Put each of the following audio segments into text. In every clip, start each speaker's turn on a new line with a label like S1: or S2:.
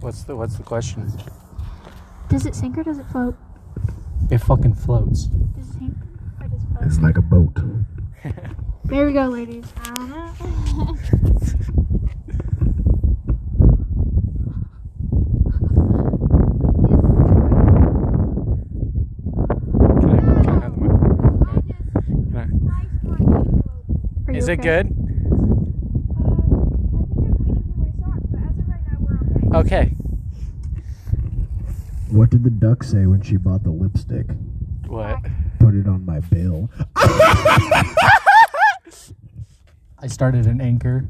S1: What's the What's the question?
S2: Does it sink or does it float?
S1: It fucking floats.
S2: Does it sink or does it float?
S3: It's like a boat.
S2: There we go, ladies. Uh-huh.
S1: Can I, can I have the mic? Can I?
S2: Are you
S1: Is it
S2: okay?
S1: good? Okay.
S3: What did the duck say when she bought the lipstick?
S1: What?
S3: Put it on my bill.
S1: I started an anchor.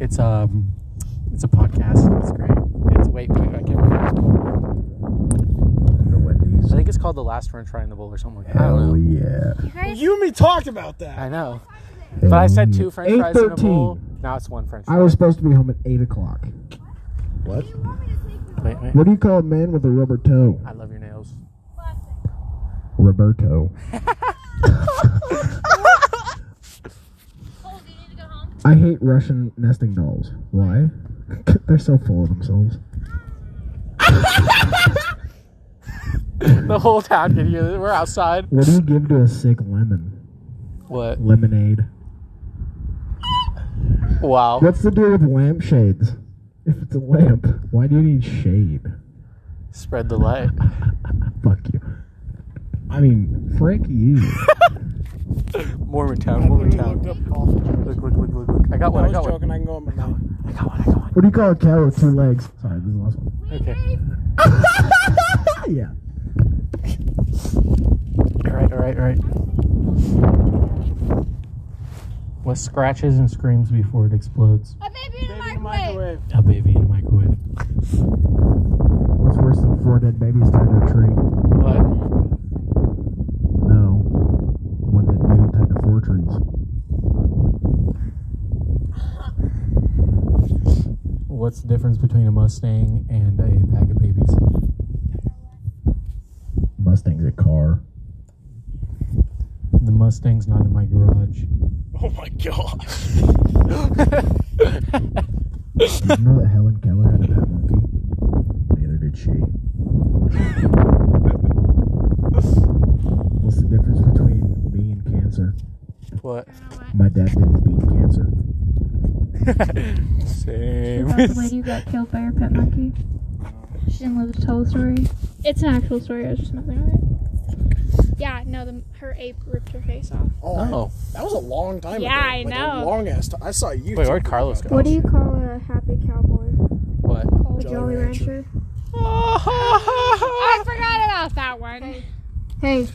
S1: It's um, it's a podcast. It's great. It's wait, wait, I can't remember.
S3: The Wendy's.
S1: I think it's called the last French fry in the bowl or something like that. I don't
S3: Hell
S1: know.
S3: yeah.
S2: You guys,
S4: You and me talked about that.
S1: I know. But I said two French fries in a
S3: 8:13.
S1: bowl. Now it's one French fry.
S5: I was supposed to be home at 8 o'clock.
S3: What?
S1: Wait, wait.
S5: What do you call a man with a rubber toe?
S1: I love your nails.
S5: Roberto. I hate Russian nesting dolls. Why? They're so full of themselves.
S1: The whole town can hear this. We're outside.
S5: What do you give to a sick lemon?
S1: What?
S5: Lemonade.
S1: Wow.
S5: What's the deal with lampshades? If it's a lamp, why do you need shade?
S1: Spread the light.
S5: Fuck you. I mean, Frankie, E. you.
S1: Mormon town. Mormon town. Look, look, look, look, look. I got one.
S4: I
S1: I
S4: was
S1: got one.
S4: joking. I can go on my mouth.
S1: I got one. I got one.
S5: What do you call a cow with two legs? Sorry, this is the last one.
S1: Okay.
S5: Ah, yeah.
S1: All right. All right. All right. What scratches and screams before it explodes?
S4: Baby, microwave.
S1: A baby in a microwave.
S5: What's worse than four dead babies tied to a tree?
S1: What?
S5: No. One dead baby tied to four trees.
S1: What's the difference between a Mustang and a pack of babies?
S5: Mustang's a car.
S1: The Mustang's not in my garage.
S4: Oh my god.
S5: Did you know that Helen Keller had a pet monkey? Neither did she. What's the difference between me and cancer?
S1: What?
S5: My dad didn't beat cancer.
S1: Same.
S2: about the lady who got killed by her pet monkey. She didn't live to tell the story. It's an actual story. I was just messing with it. Yeah, no, the, her ape ripped her face off.
S1: Oh.
S4: That was a long time
S2: Yeah,
S4: ago.
S2: I
S4: like
S2: know.
S4: A long ass time. I saw you.
S1: Wait, where'd Carlos go?
S6: What do you call a happy cowboy?
S1: What?
S6: A
S4: Jolly
S6: Jolly Rancher.
S1: Oh.
S2: I forgot about that one.
S6: Hey,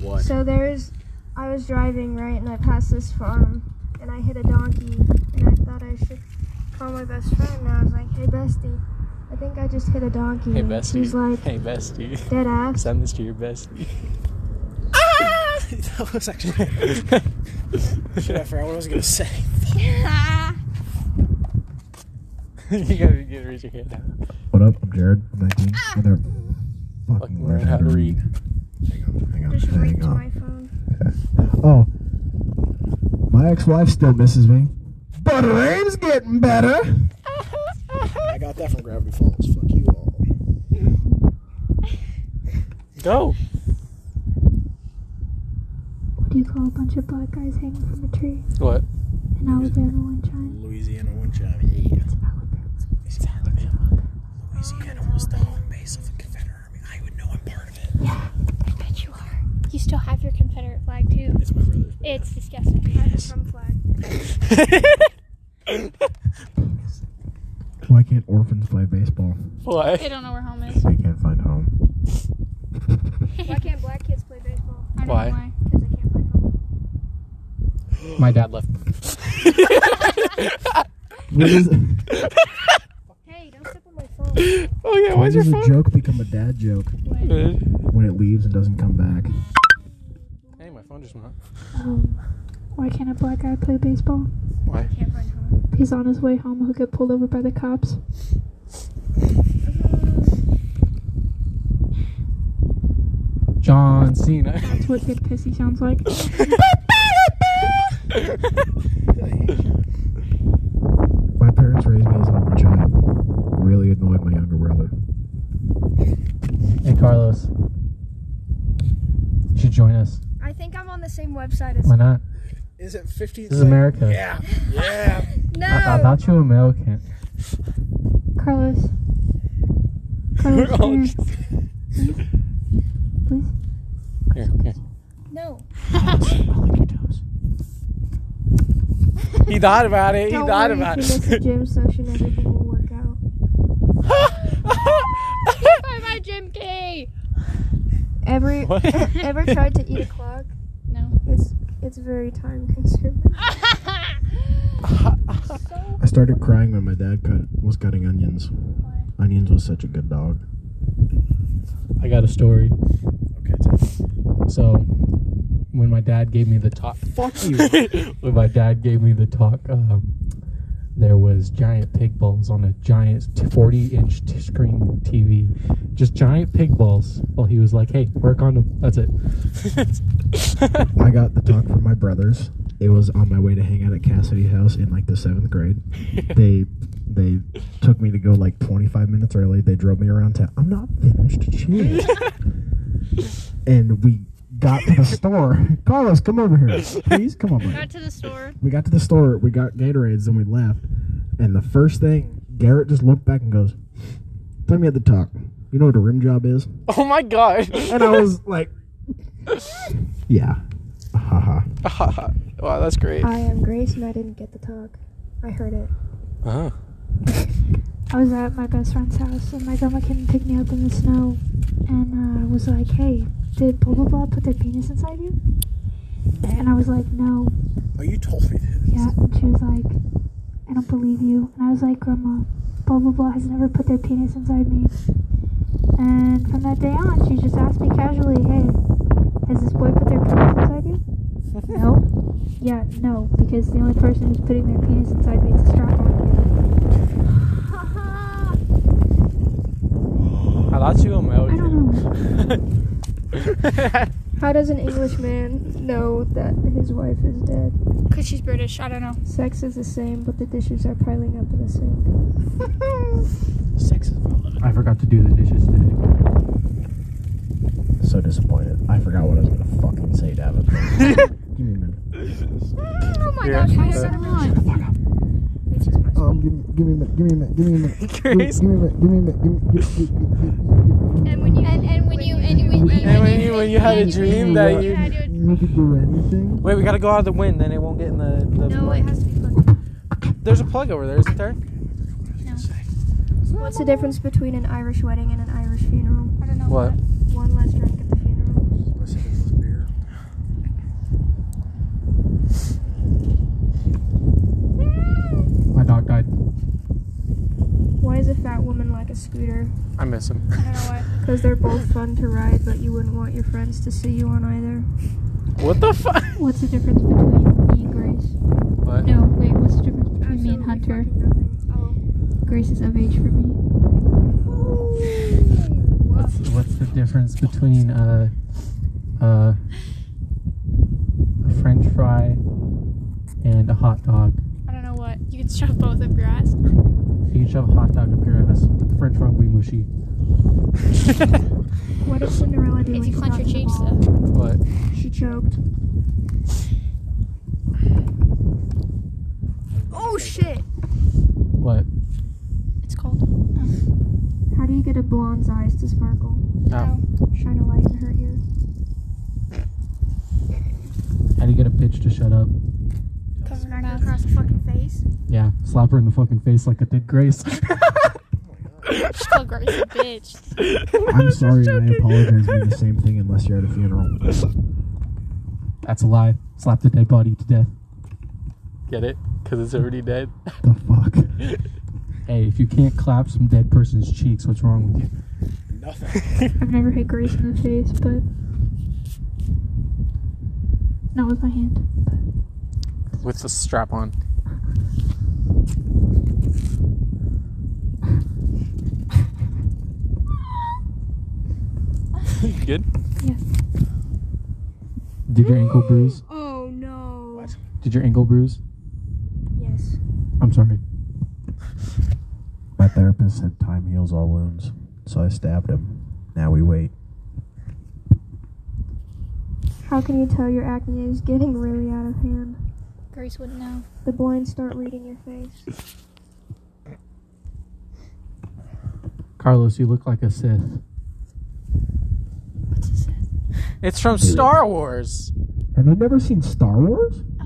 S4: What?
S6: so there's. I was driving right, and I passed this farm, and I hit a donkey, and I thought I should call my best friend. And I was like, "Hey, bestie, I think I just hit a donkey."
S1: Hey,
S6: And
S1: bestie.
S6: She's like,
S1: Hey, bestie.
S6: "Dead ass."
S1: Send this to your bestie.
S4: that was actually. Shit, I forgot what I was gonna say.
S6: Ah!
S1: you gotta, you gotta raise your hand now.
S5: What up? I'm Jared. I'm 19.
S6: Ah!
S5: I'm gonna
S1: Fucking learn how to read.
S5: Hang on, hang on,
S6: Just read
S5: hang
S6: to
S5: on.
S6: my phone.
S5: Oh. My ex-wife still misses me. But her aim's getting better.
S4: I got that from Gravity Falls. Fuck you all.
S1: Go.
S2: What do you call a bunch of black guys hanging from a tree
S1: What?
S2: in Alabama one time?
S4: Louisiana one time. Yeah. It's Alabama. Louisiana was the home base of the Confederate Army. I would know I'm part of it.
S2: I bet you are. You still have your Confederate flag too.
S4: It's my brother's.
S2: It's disgusting.
S6: Some flag.
S5: Why can't orphans play baseball?
S2: They
S1: What?
S2: don't know where home is.
S5: They can't find home.
S6: Why can't black kids play baseball?
S2: I don't
S1: Why?
S2: know why.
S6: Because they can't find home.
S1: My dad left.
S5: What is it?
S6: Hey, don't step on my phone.
S1: Oh yeah,
S5: Why
S1: why's your
S5: does a
S1: phone?
S5: joke become a dad joke
S1: Good.
S5: when it leaves and doesn't come back?
S1: Hey, my phone just went off.
S2: Um, why can't a black guy play baseball?
S1: Why?
S6: Can't find home.
S2: He's on his way home. He'll get pulled over by the cops.
S1: John Cena.
S2: That's what good pissy sounds like.
S5: My parents raised me as an only child. Really annoyed my younger brother.
S1: us. You should join us.
S2: I think I'm on the same website as.
S1: Why not?
S7: Is it 50?
S1: This is America.
S7: Yeah. Yeah.
S2: No.
S1: I, I thought you were American.
S6: Carlos.
S7: We're
S6: Carlos,
S1: Oh,
S7: all
S6: here.
S7: just-
S6: Please.
S7: Here, here.
S2: no.
S7: I like your toes. He thought about it. He
S2: Don't
S7: thought
S2: worry,
S7: about
S2: if you miss a
S7: it.
S2: gym session, everything will work out.
S6: By my gym key.
S2: Ever
S7: What?
S2: ever tried to eat a clock?
S6: No.
S2: It's it's very time consuming.
S5: I started crying when my dad cut was cutting onions. Onions was such a good dog.
S1: I got a story.
S7: okay, Tim.
S1: So, when my dad gave me the talk, fuck you. when my dad gave me the talk, um, there was giant pig balls on a giant 40-inch t- screen TV, just giant pig balls. While he was like, "Hey, wear a condom." That's it.
S5: I got the talk from my brothers. It was on my way to hang out at Cassidy's house in like the seventh grade. They they took me to go like 25 minutes early. They drove me around town. I'm not finished. Chill. and we got to the store. Carlos, come over here. Please come over. here.
S6: Got to the store.
S5: We got to the store. We got Gatorades. Then we left. And the first thing Garrett just looked back and goes, "Tell me at the talk. You know what a rim job is?"
S7: oh my god.
S5: And I was like, "Yeah." Haha.
S7: wow, that's great.
S2: I am Grace, and I didn't get the talk. I heard it.
S7: Uh-huh.
S6: I was at my best friend's house, and my grandma came and picked me up in the snow, and uh, was like, "Hey, did blah blah blah put their penis inside you?" And I was like, "No."
S7: Oh, you told me this.
S6: Yeah. And she was like, "I don't believe you." And I was like, "Grandma, blah blah blah has never put their penis inside me." And from that day on, she just asked me casually, "Hey, has this boy put their penis inside you?" no. Yeah, no, because the only person who's putting their penis inside me is a strap
S7: I thought you were
S6: I don't know.
S7: American.
S2: How does an Englishman know that his wife is dead?
S6: Because she's British. I don't know.
S2: Sex is the same, but the dishes are piling up in the sink.
S7: Sex is
S1: I forgot to do the dishes today.
S5: So disappointed. I forgot what I was gonna fucking say, Davin. give me a minute.
S6: Oh my
S7: Yeah.
S6: gosh, what's going on?
S8: Um, give me, give me a minute. Give me a minute. Give me a minute.
S7: Grace.
S8: Give me a minute. Give me a minute. Give me, give, give, give, give, give, give.
S6: And when you and, and when you and when you
S7: And when you when you had a dream that you
S8: You could do anything.
S7: wait, we gotta go out of the wind, then it won't get in the. the
S6: no,
S7: plug.
S6: it has to be plugged.
S7: There's a plug over there, isn't there?
S2: What's the difference between an Irish wedding and an Irish funeral?
S6: I don't know
S7: What?
S2: One less drunk at the funeral.
S1: My dog died.
S2: Why is a fat woman like a scooter?
S7: I miss him.
S6: I don't know what.
S2: Because they're both fun to ride, but you wouldn't want your friends to see you on either.
S7: What the fuck?
S6: What's the difference between me and Grace?
S7: What?
S6: No, wait. What's the difference between me and Hunter? Grace is of age for me.
S1: What's, what's the difference between uh, uh, a French fry and a hot dog?
S6: I don't know what. You can shove both up your ass.
S1: You can shove a hot dog up your ass, but the French fry will be mushy.
S2: What did Cinderella do
S6: If
S2: when
S6: you
S2: she
S6: clench your
S2: got to the
S6: cheeks,
S2: ball?
S6: though.
S1: But
S2: She choked. Oh shit!
S1: what?
S6: uh, It's cold.
S2: How do you get a blonde's eyes to sparkle?
S1: How?
S2: Shine a light in her ear.
S1: How do you get a bitch to shut up?
S6: Cover her
S2: Smack her
S6: mouth.
S2: across the fucking face.
S1: Yeah, slap her in the fucking face like I did Grace.
S6: Just call Grace a bitch.
S5: I'm sorry, and I apologize for the same thing unless you're at a funeral.
S1: That's a lie. Slap the dead body to death.
S7: Get it? Because it's already dead.
S5: The fuck?
S1: Hey, if you can't clap some dead person's cheeks, what's wrong with you?
S7: Nothing.
S6: I've never hit Grace in the face, but not with my hand.
S7: With the strap on. you good?
S1: Did your ankle bruise?
S2: Oh no.
S7: What?
S1: Did your ankle bruise?
S2: Yes.
S1: I'm sorry.
S5: My therapist said time heals all wounds, so I stabbed him. Now we wait.
S2: How can you tell your acne is getting really out of hand?
S6: Grace wouldn't know.
S2: The blinds start reading your face.
S1: Carlos, you look like a Sith.
S6: What's this?
S7: It's from Star Wars.
S5: Have you never seen Star Wars?
S6: Oh.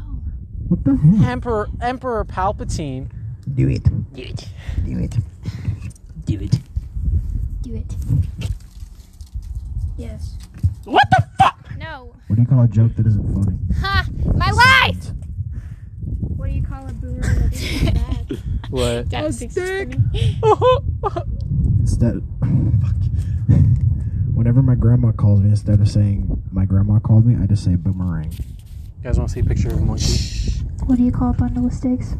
S5: What the heck?
S7: Emperor Emperor Palpatine.
S9: Do it.
S7: Do it.
S9: Do it.
S7: Do it.
S6: Do it. Yes.
S7: What the fuck?
S6: No.
S5: What do you call a joke that isn't funny?
S6: Ha! My life!
S2: What do you call a boomer that isn't bad?
S1: What?
S6: That's dick.
S5: Instead, fuck. Whenever my grandma calls me, instead of saying my grandma called me, I just say boomerang.
S1: You guys want to see a picture of a monkey?
S6: What do you call a bundle of sticks?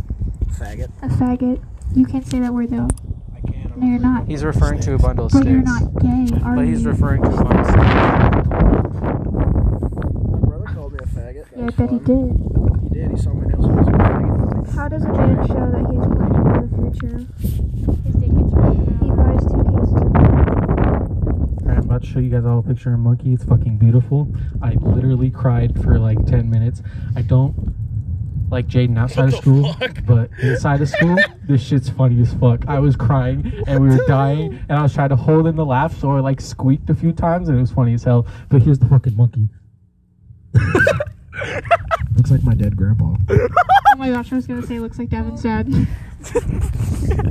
S7: Faggot.
S6: A faggot. You can't say that word though.
S9: I can't.
S6: No, you're not.
S1: He's referring to a bundle of
S6: But you're
S1: sticks.
S6: not gay, are
S1: But he's
S6: you?
S1: referring to a bundle of sticks.
S9: My brother called me a faggot.
S6: yeah, I bet he did.
S9: He did. He saw my nails. and he was like, "Faggot."
S2: How does a man show that he's planning for the future? His dick gets written He buys two cases.
S1: All right, I'm about to show you guys all a picture of a monkey. It's fucking beautiful. I literally cried for like 10 minutes. I don't like Jaden outside of school, but inside of school, this shit's funny as fuck. I was crying and we were dying, and I was trying to hold in the laugh, so I like squeaked a few times, and it was funny as hell. But here's the fucking monkey.
S5: Looks like my dead grandpa.
S6: Oh my gosh, I was gonna say looks like Devin's dad.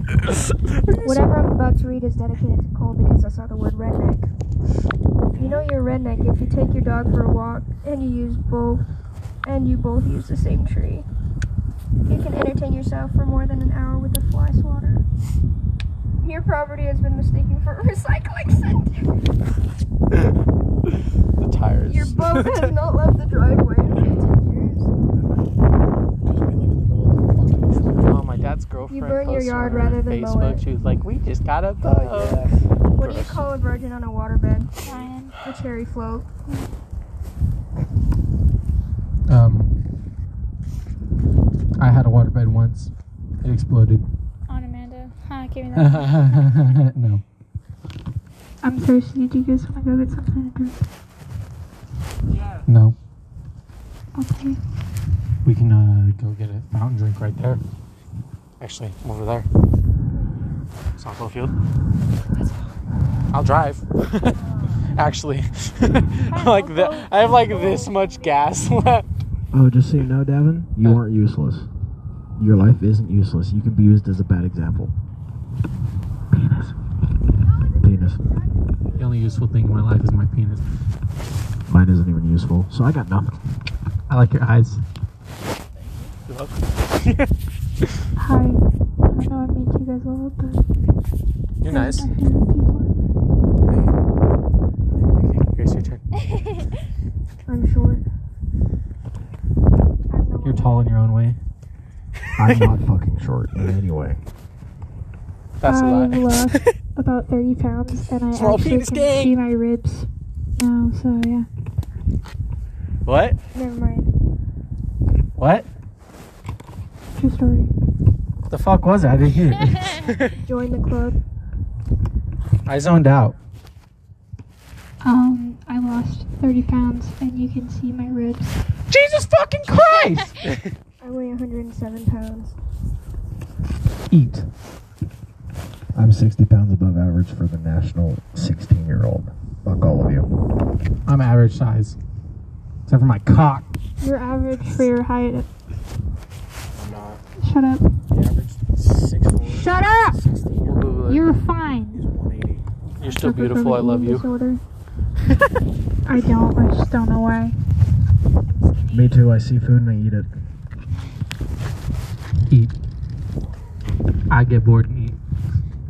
S2: Whatever I'm about to read is dedicated to Cole because I saw the word redneck. You know you're a redneck if you take your dog for a walk and you use both and you both use the same tree. You can entertain yourself for more than an hour with a fly swatter. Your property has been mistaken for a recycling center.
S7: The tires.
S2: Your boat has not left the driveway in 15 years.
S7: oh, my dad's girlfriend.
S2: burn your
S7: posted
S2: yard
S7: on her
S2: rather than mow
S7: Facebook.
S2: it.
S7: She was like, "We just got a boat."
S9: Oh, yeah.
S2: What do you call a virgin on a waterbed?
S6: Ryan.
S2: A cherry float.
S1: Um, I had a waterbed once, it exploded.
S6: On Amanda. Huh, give me that.
S1: no.
S6: I'm thirsty. Do you guys wanna go get something to drink?
S1: No.
S6: Okay.
S1: We can uh, go get a fountain drink right there. Actually, I'm over there. Softball field. I'll drive. Actually, like the, I have like this much gas left.
S5: Oh, just so you know, Davin, you aren't useless. Your life isn't useless. You can be used as a bad example. Penis. Penis.
S1: The only useful thing in my life is my penis.
S5: Mine isn't even useful, so I got nothing.
S1: I like your eyes.
S6: Hi. I know I made you guys all up, but
S7: You're nice.
S6: my favorite people.
S7: Okay, Grace, your turn.
S2: I'm sure. I have no
S1: You're tall in your own way.
S5: I'm not fucking short in any way.
S7: That's a
S6: I've
S7: lot.
S6: lost about 30 pounds, and I
S7: Small
S6: actually
S7: penis
S6: can
S7: gang.
S6: see my ribs now, so yeah.
S7: What?
S2: Never mind.
S1: What?
S6: True story.
S1: The fuck was it? I didn't hear it.
S2: Join the club.
S1: I zoned out.
S6: Um, I lost 30 pounds, and you can see my ribs.
S1: Jesus fucking Christ!
S2: I weigh 107 pounds.
S1: Eat.
S5: I'm 60 pounds above average for the national 16 year old. Fuck all of you.
S1: I'm average size. Except for my cock.
S6: You're average for your
S9: I'm
S6: height.
S9: not.
S6: Shut up.
S9: The average six four.
S6: Shut up!
S9: Sixteen year old
S6: You're fine.
S9: is one eighty.
S7: You're still beautiful. I love you.
S6: Disorder. I don't. I just don't know why.
S5: Me too. I see food and I eat it.
S1: Eat. I get bored and eat.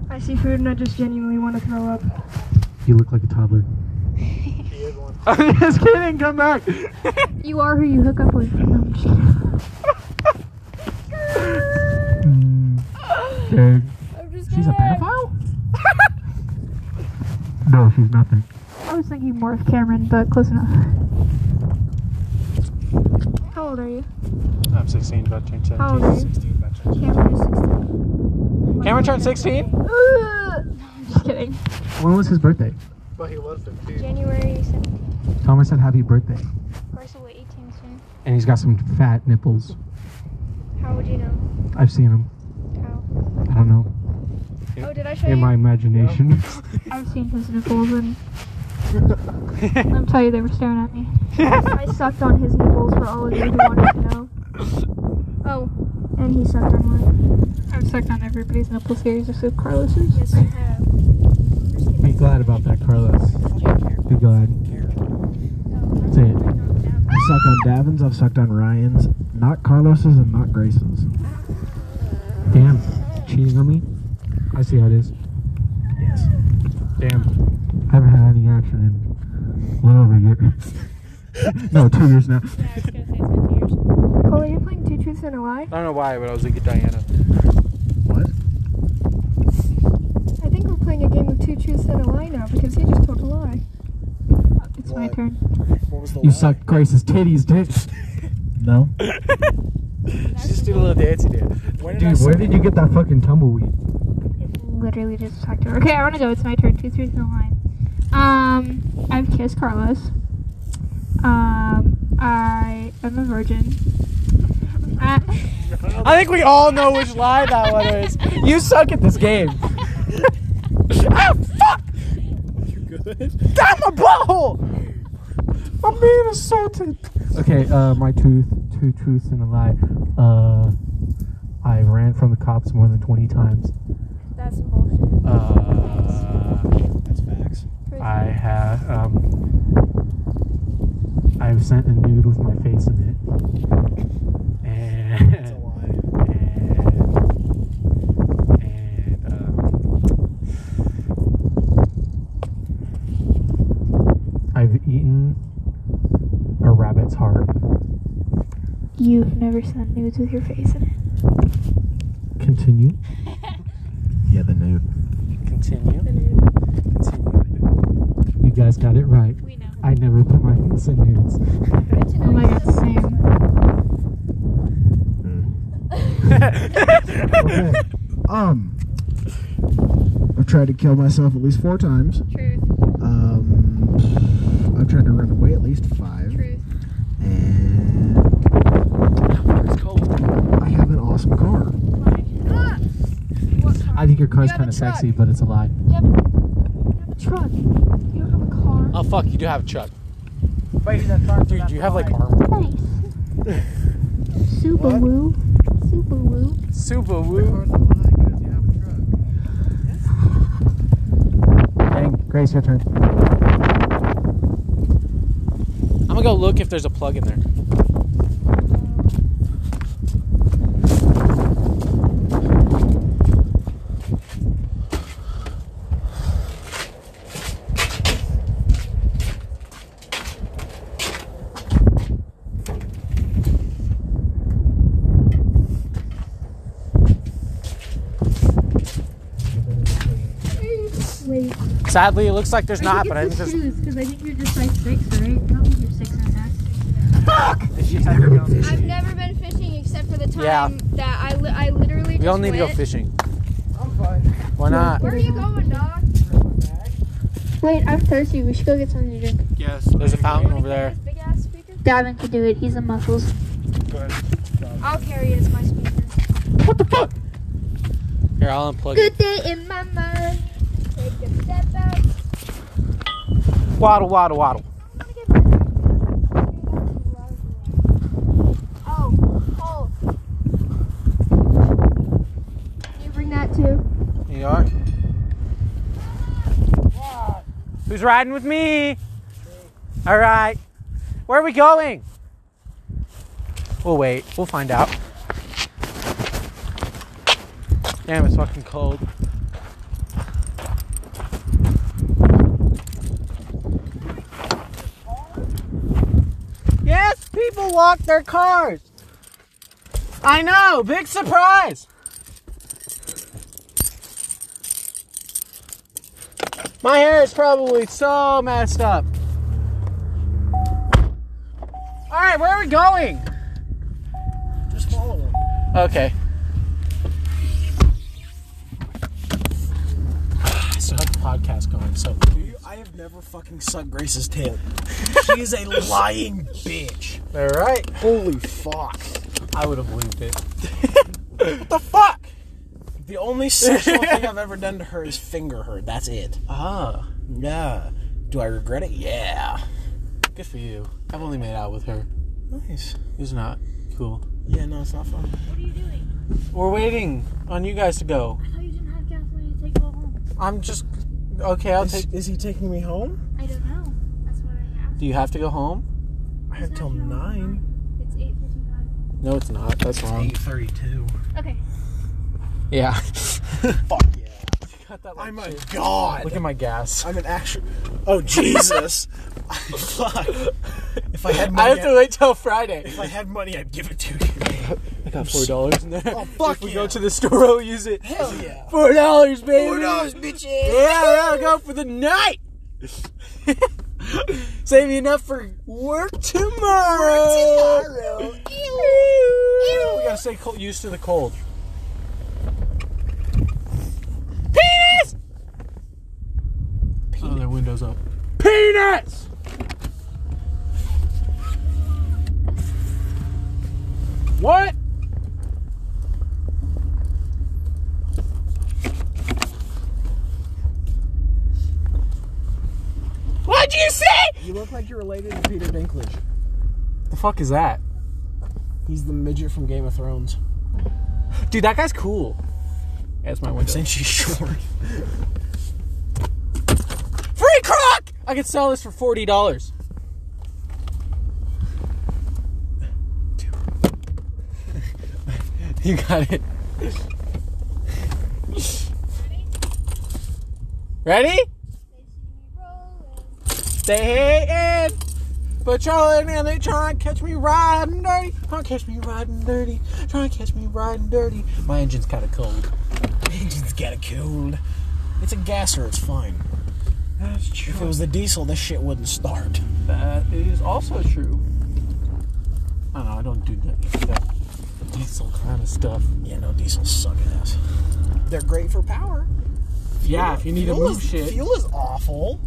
S2: I see food and I just genuinely want to throw up.
S1: You look like a toddler. I'm just kidding. Come back.
S6: You are who you hook up with. No, I'm just kidding.
S1: Dude. Mm, uh, She's a pedophile? no, she's nothing.
S6: I was thinking more of Cameron, but close enough.
S2: How old are you?
S1: I'm 16, about to turn
S2: How old are you?
S9: Sixteen by chance.
S2: Cameron is 16.
S7: Cameron turned 16.
S6: I'm just kidding.
S1: When was his birthday?
S9: But he was fifteen.
S2: January 17th.
S1: Thomas said happy birthday.
S2: Of course
S1: and he's got some fat nipples.
S2: How would you know?
S1: I've seen him.
S2: How?
S1: I don't know.
S2: Oh, did I show
S1: In
S2: you?
S1: my imagination.
S6: I've seen his nipples and I'm telling you they were staring at me.
S2: I sucked on his nipples for all of you who wanted to know.
S6: Oh,
S2: And he sucked on mine.
S6: I've sucked on everybody's nipples here except Carlos's.
S2: Yes, you have. Just kidding.
S1: Be glad about that, Carlos. Be glad.
S2: No,
S1: Say it.
S3: I've sucked on Davin's, I've sucked on Ryan's, not Carlos's and not Grayson's.
S1: Damn. Cheating on me? I see how it is.
S3: Yes.
S1: Damn.
S3: I haven't had any action in a little over a year. no, two years now.
S2: Cole, you're playing Two Truths and a Lie?
S7: I don't know why, but I was looking at Diana.
S3: What?
S2: I think we're playing a game of Two Truths and a Lie now because he just told a lie.
S6: It's my turn.
S7: What was the
S1: You
S7: lie?
S1: sucked Grace's titties, dick.
S3: No.
S7: She just did a little dancey dance. When
S1: Dude, where did you get that fucking tumbleweed?
S6: Literally just talked to her. Okay, I want to go. It's my turn. Two, three, in the line. Um, I've kissed Carlos. Um, I am a virgin. I,
S7: I think we all know which lie that one is. You suck at this game. oh fuck! You good? Damn my butthole! I'm being assaulted.
S1: Okay, uh, my truth, two truths and a lie. Uh, I ran from the cops more than 20 times.
S2: That's bullshit.
S1: Uh,
S3: That's facts.
S1: I have, um, I've sent a nude with my face in it.
S7: That's a
S1: And,
S7: lie.
S1: and, and, um, I've eaten a rabbit's heart.
S6: you've never sent nudes with your face in it.
S1: Continue.
S3: Yeah, the nude.
S7: Continue. Continue.
S1: You guys got it right.
S6: We know.
S1: I never put my face in nudes.
S6: Oh my god, same.
S5: Mm.
S3: Okay. um, I've tried to kill myself at least four times.
S2: Truth,
S3: Um, I've tried to run away at least five.
S2: truth.
S3: And I have an awesome car.
S2: Ah! What car?
S1: I think your car's
S2: You have a
S1: kind of
S2: truck.
S1: sexy, but it's a lie.
S2: You have a truck. You don't have a car.
S7: Oh fuck! You do have a Chuck. Dude, you have like arm.
S6: Nice. Super woo. Super woo.
S7: Super woo.
S1: Dang, Grace, your turn.
S7: I'm gonna go look if there's a plug in there.
S6: Wait,
S7: Sadly, it looks like there's not, but I think there's.
S6: because I think you're just like six, right? I don't think you're six and a half.
S2: I've never been fishing except for the time
S7: Yeah.
S2: that I, li- I literally
S7: We
S2: just
S7: all need to go
S2: went-
S7: fishing. I'm fine. Why not?
S2: Where are you going, dog?
S6: Wait, I'm thirsty. We should go get something to drink.
S7: Yes. There's a fountain over there.
S2: This big ass speaker?
S6: Davin can do it. He's a muscles.
S2: I'll carry it as my speaker.
S7: What the fuck? Here, I'll unplug it.
S6: Good day in my mind.
S2: Take a step out.
S7: Waddle, waddle, waddle.
S2: Oh, Cole. Can you bring that too?
S7: You are? Who's riding with me? All right. Where are we going? We'll wait. We'll find out. Damn, it's fucking cold. Yes, people walk their cars. I know, big surprise. My hair is probably so messed up. All right, where are we going?
S3: Just follow him.
S7: Okay. still have the podcast going. So
S5: I have never fucking sucked Grace's tit. she is a lying bitch.
S7: all right,
S5: Holy fuck.
S7: I would have believed it.
S5: What the fuck? The only sexual thing I've ever done to her is finger her. That's it.
S7: Ah,
S5: Yeah. Do I regret it? Yeah.
S7: good for you. I've only made out with her.
S5: Nice.
S7: It's not cool.
S5: Yeah, no, it's not fun.
S10: What are you doing?
S7: We're waiting on you guys to go.
S10: I thought you didn't have gasoline to take it all home.
S7: I'm just okay. I'll
S5: Is,
S7: take.
S5: is he taking me home?
S10: I don't know. That's what I asked.
S7: Do you have to go home?
S5: I have
S10: It's
S5: till
S10: not till
S5: nine.
S10: It's eight fifty-five.
S7: No, it's not. That's wrong.
S5: 8:32.
S10: Okay.
S7: Yeah.
S5: Fuck yeah.
S7: Cut that like
S5: I'm a
S7: shit.
S5: god.
S7: Look at my gas.
S5: I'm an actual. Oh Jesus! Fuck. If I had
S7: I
S5: money,
S7: have to wait till Friday.
S5: if I had money, I'd give it to you.
S7: I got four dollars in there.
S5: Oh fuck!
S7: if we
S5: yeah.
S7: go to the store, we'll use it.
S5: hell yeah.
S7: Four dollars, baby.
S5: bitches.
S7: Yeah, yeah, go for the night. Save you enough for work tomorrow. We gotta stay co- used to the cold. Penis. Oh, their windows up. Penis. What? What'd you say?
S5: You look like you're related to Peter Dinklage.
S7: The fuck is that?
S5: He's the midget from Game of Thrones.
S7: Dude, that guy's cool. Yeah, that's my window.
S5: Since she's short.
S7: Free crock! I could sell this for forty dollars. you got it. Ready? Stay in. Patrolling and they try and catch me riding dirty. Try and catch me riding dirty. Try and catch me riding dirty. My engine's kind of cold.
S5: Engine's got a cold. It's a gasser. It's fine.
S7: That's true.
S5: If it was the diesel, this shit wouldn't start.
S7: That is also true. I don't know, I don't do that, that diesel kind of stuff.
S5: Yeah, no, diesels suck ass. They're great for power.
S7: Yeah, if you need to
S5: Fuel
S7: move
S5: is-
S7: shit.
S5: Fuel is awful.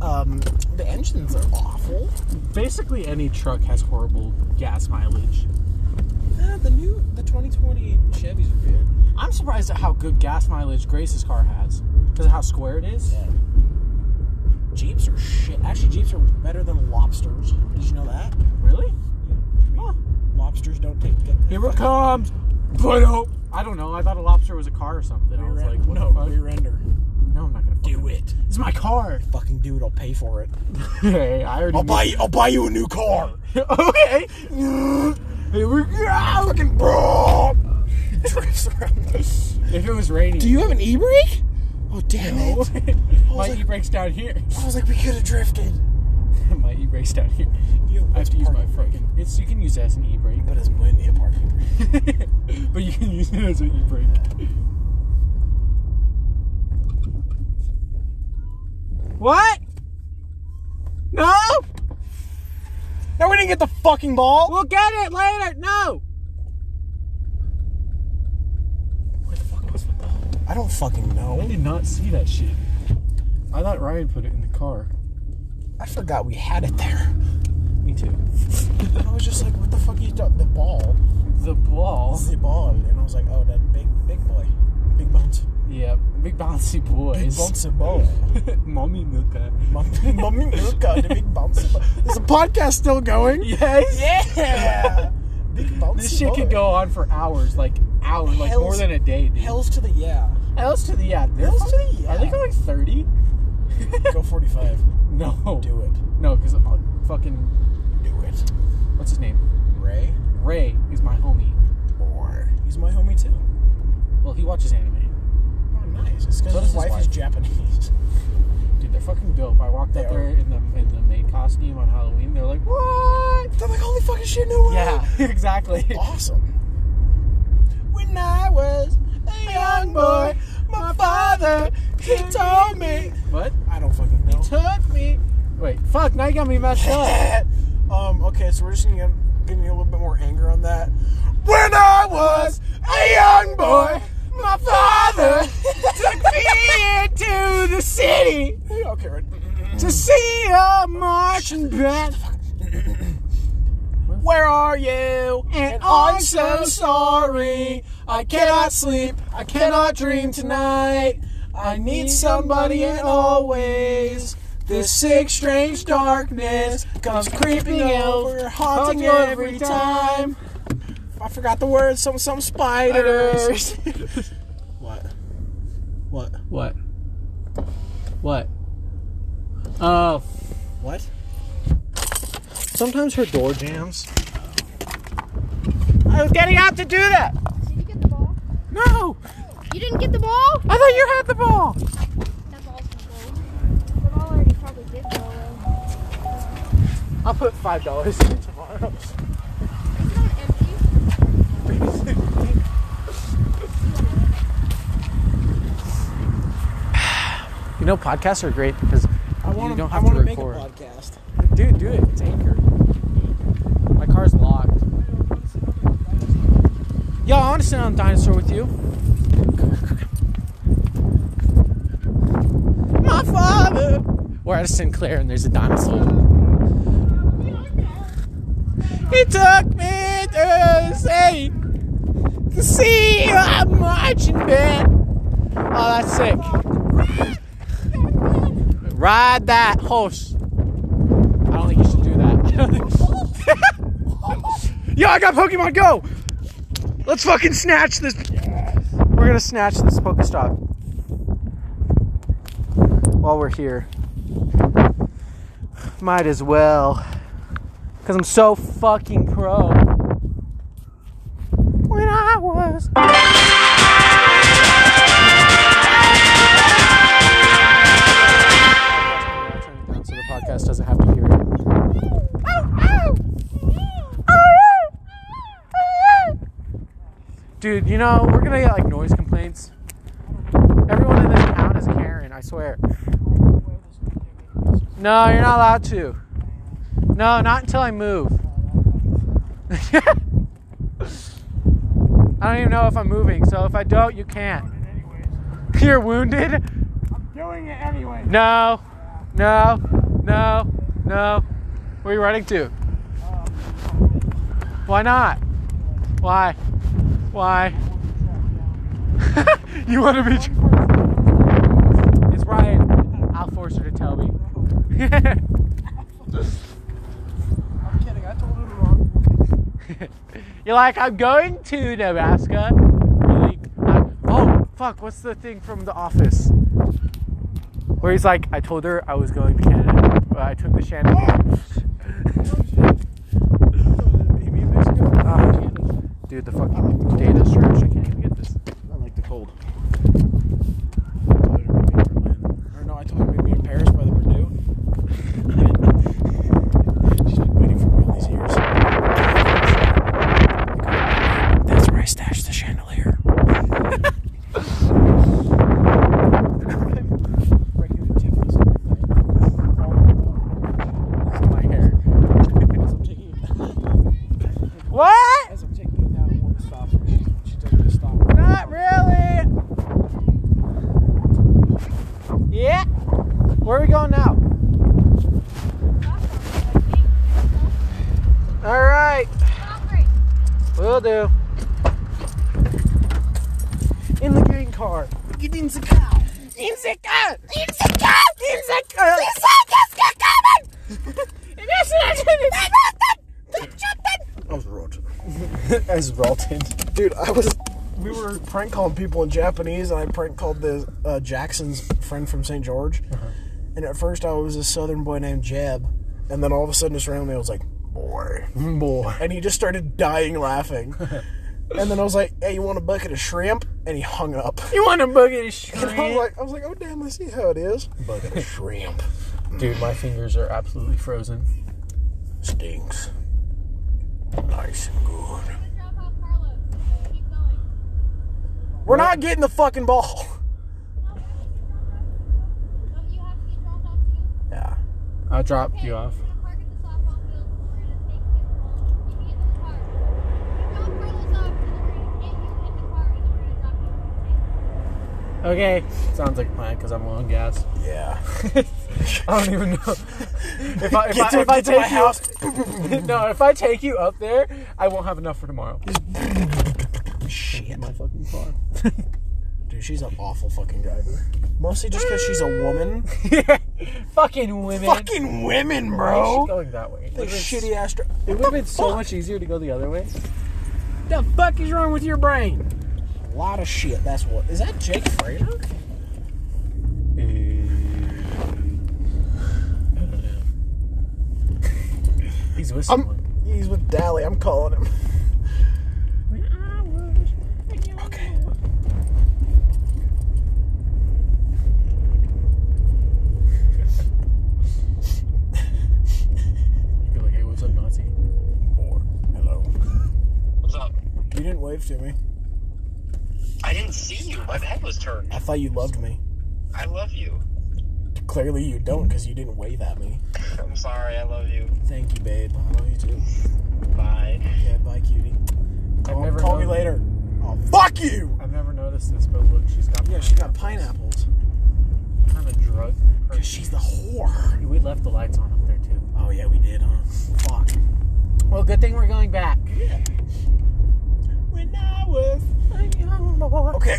S5: Um, the engines are awful.
S7: Basically, any truck has horrible gas mileage.
S5: Eh, the new, the 2020 Chevys are good.
S7: I'm surprised at how good gas mileage Grace's car has because of how square it is.
S5: Yeah. Jeeps are shit. Actually, Jeeps are better than lobsters. Did you know that?
S7: Really?
S5: Huh. Lobsters don't take.
S7: Here it comes. Put up. I don't know. I thought a lobster was a car or something. I was
S5: Rear
S7: like,
S5: end.
S7: what
S5: No,
S7: the fuck?
S5: rear ender.
S7: No, I'm not gonna fucking
S5: Do it.
S7: It's my car.
S5: Fucking do it. I'll pay for it.
S7: hey, I already.
S5: I'll buy. You, I'll buy you a new car.
S7: okay. Here we go.
S5: Ah, Fucking bro. Drifts around.
S7: If it was raining.
S5: Do you have an e-brake? Oh damn it!
S7: my
S5: like-
S7: e-brake's down here.
S5: I was like, we could have drifted.
S7: my e-brake's down here. I have to use my fucking. It's you can use it as an e-brake,
S5: But it's mine the apartment.
S7: but you can use it as an e-brake. What? No.
S5: No, we didn't get the fucking ball.
S7: We'll get it later. No.
S5: Where the fuck was the ball? I don't fucking
S7: I
S5: know.
S7: did not see that shit. I thought Ryan put it in the car.
S5: I forgot we had it there.
S7: Me too.
S5: I was just like, what the fuck are you talking? The ball.
S7: The ball.
S5: The ball. And I was like, oh, that big, big boy. Big bones.
S7: Yeah. Big bouncy
S5: Big
S7: boys.
S5: bouncy ball.
S7: Mommy Milka.
S5: Mummy, mummy Milka, the big bouncy ball. Is the podcast still going?
S7: Yes.
S5: Yeah. Big bouncy
S7: This shit
S5: ball.
S7: could go on for hours, like hours, like more
S5: Hells-
S7: than a day, dude.
S5: Hells to the yeah.
S7: Hells to the yeah. they're
S5: Hells to the
S7: fucking- Are they
S5: yeah.
S7: going 30?
S5: Go 45.
S7: No.
S5: Do it.
S7: No, because fucking,
S5: Do it.
S7: what's his name?
S5: Ray.
S7: Ray is my homie.
S5: Or he's my homie too.
S7: Well, he watches anime.
S5: Oh, nice. It's because
S7: So does
S5: his
S7: his
S5: wife is
S7: wife.
S5: Japanese.
S7: Dude, they're fucking dope. I walked up
S5: They
S7: there
S5: are.
S7: in the in the maid costume on Halloween. They're like, what?
S5: They're like, holy fucking shit, no way.
S7: Yeah, exactly.
S5: Awesome. When I was a young boy, my father, he told me.
S7: What?
S5: I don't fucking know.
S7: Took me. Wait, fuck! Now you got me messed up.
S5: um, okay, so we're just gonna get, give you a little bit more anger on that. When I was a young boy, my father took me into
S7: city
S5: Okay, right.
S7: to see a marching band.
S5: Where are you? And I'm so sorry. I cannot sleep. I cannot dream tonight. I need somebody and always. This sick, strange darkness comes creeping over, haunting every time. I forgot the words. Some some spiders. what? What?
S1: What? What? Oh,
S5: What? Sometimes her door jams. I was getting out to do that.
S10: Did you get the ball?
S5: No,
S10: You didn't get the ball?
S5: I thought you had the ball.
S10: That ball's gonna go. The ball already probably did go away.
S5: I'll put five dollars in tomorrow.
S10: Is it on empty?
S7: You know, podcasts are great because
S5: I want to.
S7: don't
S5: I
S7: have
S5: want
S7: to
S5: to make a
S7: record.
S5: podcast.
S7: dude, do it. It's anchored. My car's locked. Yo, I want to sit on a dinosaur with you. My father. We're at a Sinclair and there's a dinosaur. He took me to see to see a marching band. Oh, that's sick. Ride that horse. I don't think you should do that. Yo, I got Pokemon Go. Let's fucking snatch this. We're gonna snatch this Pokestop while we're here. Might as well, cause I'm so fucking pro. When I was. Turn it down so the podcast doesn't have to hear it. Dude, you know, we're gonna get like noise complaints. Everyone in this town is Karen, I swear. No, you're not allowed to. No, not until I move. I don't even know if I'm moving, so if I don't, you can't. You're wounded? I'm doing it anyway. No, no, no, no. Where are you running to? Why not? Why? Why? you want to be? It's Ryan. I'll force her to tell me.
S5: I'm kidding. I told her the wrong.
S7: You're like, I'm going to Nebraska. You're like, I'm- oh, fuck! What's the thing from The Office? Where he's like, I told her I was going to Canada, but I took the Shannon.
S5: Oh, Maybe in Mexico.
S7: Ah. Dude, the fucking data search. I can't even get this.
S5: I like the cold. I told her maybe in Berlin. Or no, I told her maybe in Paris by the Purdue. She's been waiting for me all these years. That's where I stashed the chandelier.
S7: My hair. What? Not really. Yeah. Where are we going now? All right. Will do. In the green car. Get in the car. In the car. In the car. In the car. In
S5: I was rotten. I was rotten. Dude, I was. We were prank calling people in Japanese, and I prank called the uh, Jackson's friend from St. George. And at first, I was a southern boy named Jeb. And then all of a sudden, this random man was like, boy.
S7: Boy.
S5: And he just started dying laughing. and then I was like, hey, you want a bucket of shrimp? And he hung up.
S7: You want a boogie
S5: And I was like, I was like, oh damn, I see how it is. Bucket of shrimp
S7: Dude, my fingers are absolutely frozen.
S5: stinks. Nice and good.
S10: Drop off Carlos. Keep going.
S5: We're not getting the fucking ball.
S10: Don't you have to get dropped off too?
S5: Yeah.
S7: I'll drop you off.
S10: We're gonna park at the softball field. We're gonna take his ball. You can get in the car. Drop Carlos off, and then we're gonna get you in the car, and then we're gonna drop you. Okay?
S7: Okay. Sounds like a plan because I'm low on gas.
S5: Yeah.
S7: I don't even know. If I, if
S5: Get
S7: I,
S5: to,
S7: if I
S5: get to my
S7: take you,
S5: house.
S7: no, if I take you up there, I won't have enough for tomorrow.
S5: Shit.
S7: My fucking car.
S5: Dude, she's an awful fucking driver. Mostly just because she's a woman.
S7: fucking women.
S5: Fucking women,
S7: Why is she
S5: bro.
S7: going that way.
S5: The
S7: It was-
S5: shitty ass. Dri-
S7: It would have been so much easier to go the other way. The fuck is wrong with your brain?
S5: a lot of shit. That's what. Is that Jake Frater? Eh.
S7: He's with
S5: I'm-
S7: someone.
S5: He's with Dally. I'm calling him. Okay.
S7: Be like, hey, what's up, Nazi?
S5: Or hello.
S11: What's up?
S5: You didn't wave to me.
S11: I didn't see you. My head was turned.
S5: I thought you loved me.
S11: I love you.
S5: Clearly you don't, because you didn't wave at me.
S11: I'm sorry. I love you.
S5: Thank you, babe. I love you too.
S11: Bye.
S5: Yeah, bye, cutie. Call,
S7: never
S5: call me
S7: known-
S5: later. Oh, fuck you!
S7: I've never noticed this, but look, she's got
S5: Yeah, she got pineapples.
S7: kind of drug. Her.
S5: Cause she's the whore.
S7: We left the lights on up there too.
S5: Oh yeah, we did, huh? Fuck.
S7: Well, good thing we're going back.
S5: When I was a young boy. Okay.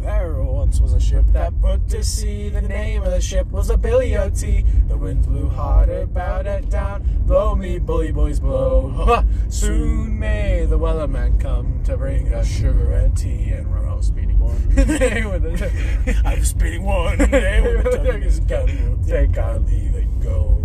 S5: there once was a ship that put to sea. The name of the ship was a Billy O.T. The wind blew hard, it bowed it down. Blow me, bully boys, blow. Ha! Soon may the wellerman come to bring us sugar and tea and rum. I was speeding one.
S7: They were the-
S5: I was speeding one. They were the youngest gun. Take our leave and go.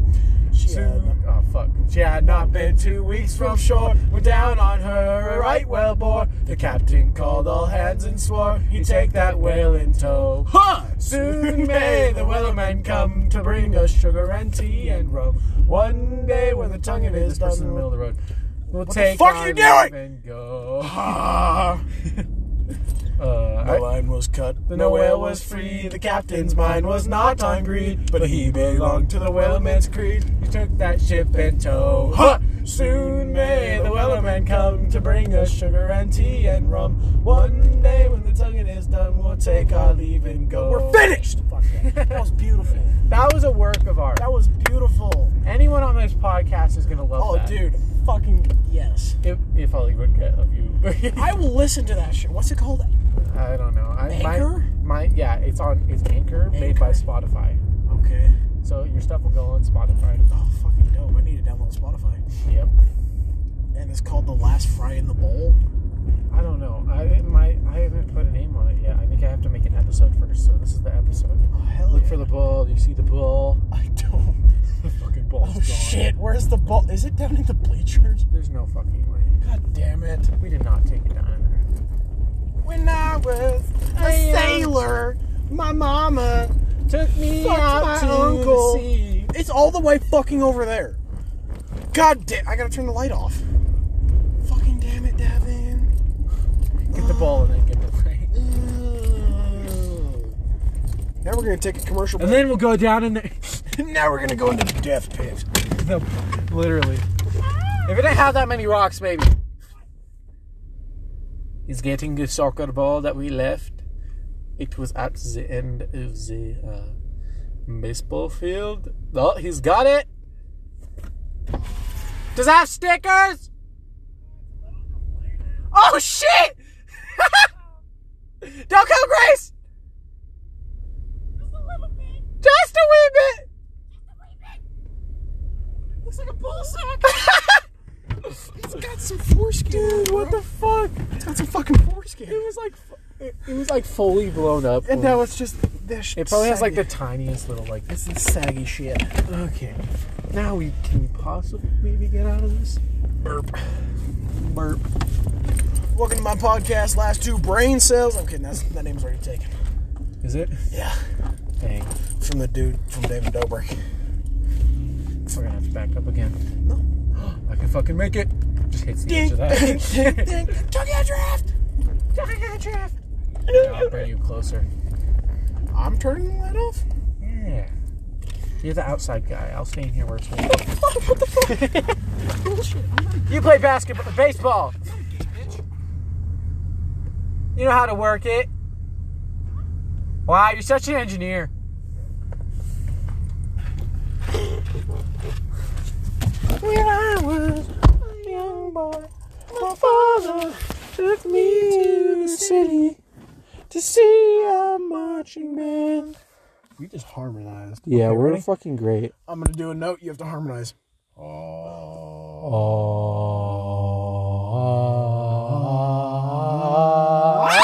S5: She had not-
S7: oh fuck.
S5: she had not been two weeks from shore. We're down on her, a right well bore. The captain called all hands and swore he'd take that whale in tow. Ha! Soon may the whaleman come to bring us sugar and tea and rum. One day when the tongue of his
S7: This person in the middle of the road. We'll take
S5: fuck
S7: our
S5: you doing?
S7: leave And go.
S5: Ah!
S7: Uh,
S5: The line was cut, the no whale was free. The captain's mind was not on greed, but he belonged to the whaleman's creed. He took that ship in tow. Ha! Soon may the whaleman come to bring us sugar and tea and rum. One day when the tonguing is done, we'll take our leave and go. We're finished. Fuck that. that was beautiful.
S7: that was a work of art.
S5: That was beautiful.
S7: Anyone on this podcast is gonna love
S5: Oh,
S7: that.
S5: dude, fucking yes.
S7: If, if Hollywood cut of you.
S5: I will listen to that shit. What's it called?
S7: I don't know. I,
S5: Anchor?
S7: My, my yeah, it's on it's Anchor, made by
S5: Anchor.
S7: Spotify.
S5: Okay.
S7: So your stuff will go on Spotify.
S5: Oh, fucking dope. I need to download Spotify.
S7: Yep.
S5: And it's called The Last Fry in the Bowl.
S7: I don't know. I it might I haven't put a name on it yet. I think I have to make an episode first. So this is the episode.
S5: Oh, hell
S7: Look
S5: yeah.
S7: for the ball. You see the ball.
S5: I don't.
S7: The fucking ball's
S5: Oh
S7: gone.
S5: shit, where's the ball? Is it down in the bleachers?
S7: There's no fucking way.
S5: God damn it.
S7: We did not take it down
S5: When I was a sailor, my mama
S7: there. Took me
S5: Fucked
S7: out
S5: my
S7: to
S5: uncle.
S7: the sea.
S5: It's all the way fucking over there. God damn, I gotta turn the light off. Fucking damn it, Davin.
S7: Get the ball and then get the play.
S5: Ugh. Now we're gonna take a commercial
S7: And
S5: break.
S7: then we'll go down in the
S5: now we're gonna go into the death pit.
S7: No, literally. If it didn't have that many rocks, maybe. Is getting the soccer ball that we left. It was at the end of the uh, baseball field. Oh, he's got it. Does that have stickers? Oh shit! Don't go, Grace. Just a wee bit.
S5: Looks like a ball sack. it's got some foreskin. Dude,
S7: What the fuck?
S5: It's got some fucking foreskin.
S7: It was like fu- it, it was like fully blown up.
S5: And now it's just this.
S7: it probably has like the tiniest little like.
S5: It's the saggy shit.
S7: Okay, now we can possibly maybe get out of this.
S5: Burp. Burp. Welcome to my podcast, Last Two Brain Cells. I'm kidding, that's, that name's already taken.
S7: Is it?
S5: Yeah.
S7: Dang,
S5: From the dude from David Dobrik.
S7: we're gonna have to back up again.
S5: No.
S7: I can fucking make it. Just hits the edge
S5: Ding,
S7: of
S5: ding,
S7: that.
S5: ding, ding. Tokyo Draft! Tokyo Draft!
S7: I'll bring you closer.
S5: I'm turning the light off.
S7: Yeah. You're the outside guy. I'll stay in here where it's warm.
S5: what the fuck? Bullshit. I'm not a
S7: You play basketball, baseball. You know how to work it. Wow, you're such an engineer. When I was a young boy, my father took me to the city to see a marching band.
S5: We just harmonized.
S7: Yeah,
S5: Okay,
S7: we're
S5: ready?
S7: fucking great.
S5: I'm gonna do a note. You have to harmonize.
S7: Oh.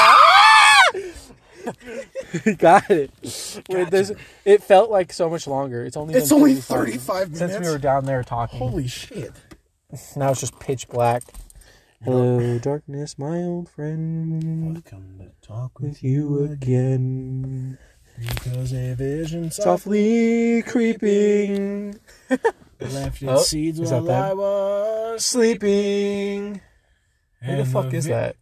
S7: Got it. Wait, there's, it felt like so much longer. It's only
S5: It's
S7: been
S5: only
S7: 35
S5: 35
S7: since we
S5: minutes.
S7: were down there talking.
S5: Holy shit!
S7: Now it's just pitch black. Hello, darkness, my old friend.
S5: Come to talk
S7: With you again,
S5: because a vision softly
S7: softly creeping,
S5: left
S7: Oh,
S5: its seeds
S7: is
S5: while
S7: that them?
S5: I was.
S7: sleeping. Who the
S5: And
S7: fuck is
S5: vi-
S7: that?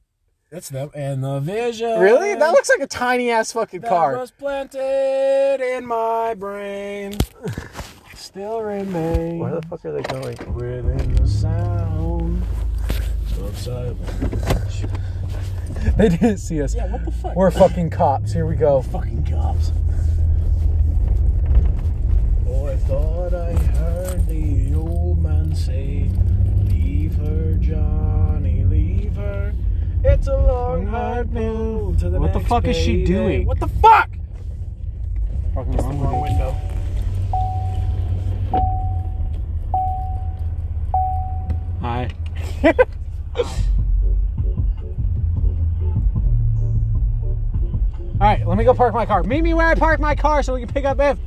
S5: That's them. And the vision.
S7: Really? That looks like a tiny ass fucking
S5: that
S7: car.
S5: was planted in my brain. Still remains
S7: Where the fuck are they going?
S5: within the sound of silence.
S7: They didn't see us.
S5: Yeah, what the fuck?
S7: We're fucking cops. Here we go.
S5: fucking cops. Oh, I thought I heard the old man say, Leave her, Johnny, leave her. It's a long, hard road to the
S7: What the
S5: next
S7: fuck is she
S5: payday."
S7: doing?
S5: What the fuck?
S7: Fucking
S5: It's the wrong window.
S7: Hi. All right, let me go park my car. Meet me where I park my car so we can pick up Ev.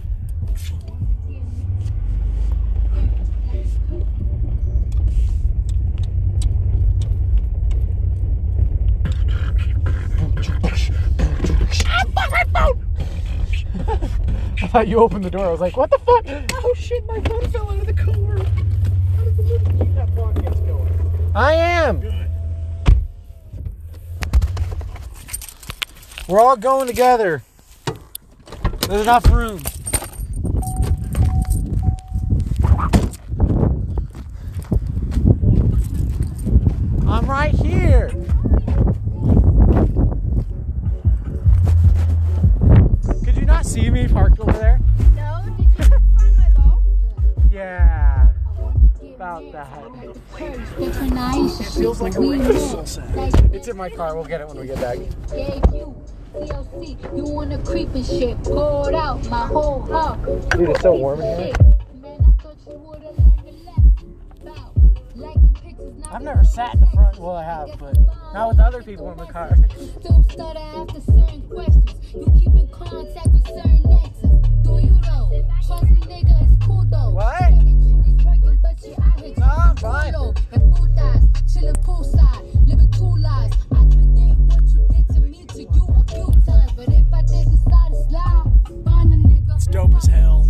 S7: Ah, fuck my phone! I thought you opened the door. I was like, what the fuck? Oh shit, my phone fell out of the car.
S5: Keep that podcast going.
S7: I am. We're all going together. There's enough room. I'm right here. Could you not see me parked over there?
S10: No, did you find my ball?
S7: Yeah. About that.
S10: That's a nice. It
S5: feels like a
S10: Mm-hmm.
S5: rehearsal set.
S7: It's in my car. We'll get it when we get back.
S10: Gave you TLC. You wanna creep and shit. Poured out my whole house.
S7: Dude, it's so warm in here.
S10: Man, I thought you would've learned a lesson. About liking pictures, not
S7: I've never sat in the front. Well, I have, but not with other people in the car.
S10: Still stutter after certain questions. You keep in contact with certain exes. Do you though? Trust me, nigga, it's cool though.
S7: What?
S10: Say that you is working, but you out here
S7: Nah, I'm
S10: tripping
S7: fine.
S10: culo And both eyes, chilling poolside, living two lives. I could've did what you did to me to you a few times, but if I did decide to slide, find a nigga. It's
S5: dope as hell.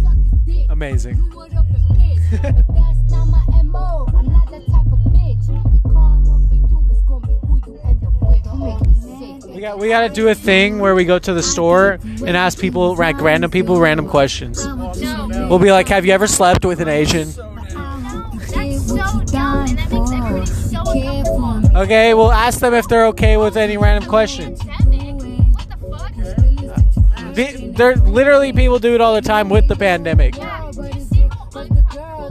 S7: Amazing.
S10: You would up and bitch, but that's not my MO. I'm not that type of bitch. If you call me for you, it's gonna be who you end up with. Don't make me sick.
S7: We got we got to do a thing where we go to the store and ask people like random people random questions. We'll be like, "Have you ever slept with an Asian?"
S10: That's so dumb, and that makes everybody so uncomfortable.
S7: Okay, we'll ask them if they're okay with any random question.
S10: Pandemic? What the fuck?
S7: The, there literally people do it all the time with the pandemic.
S10: Yeah, it's so uncomfortable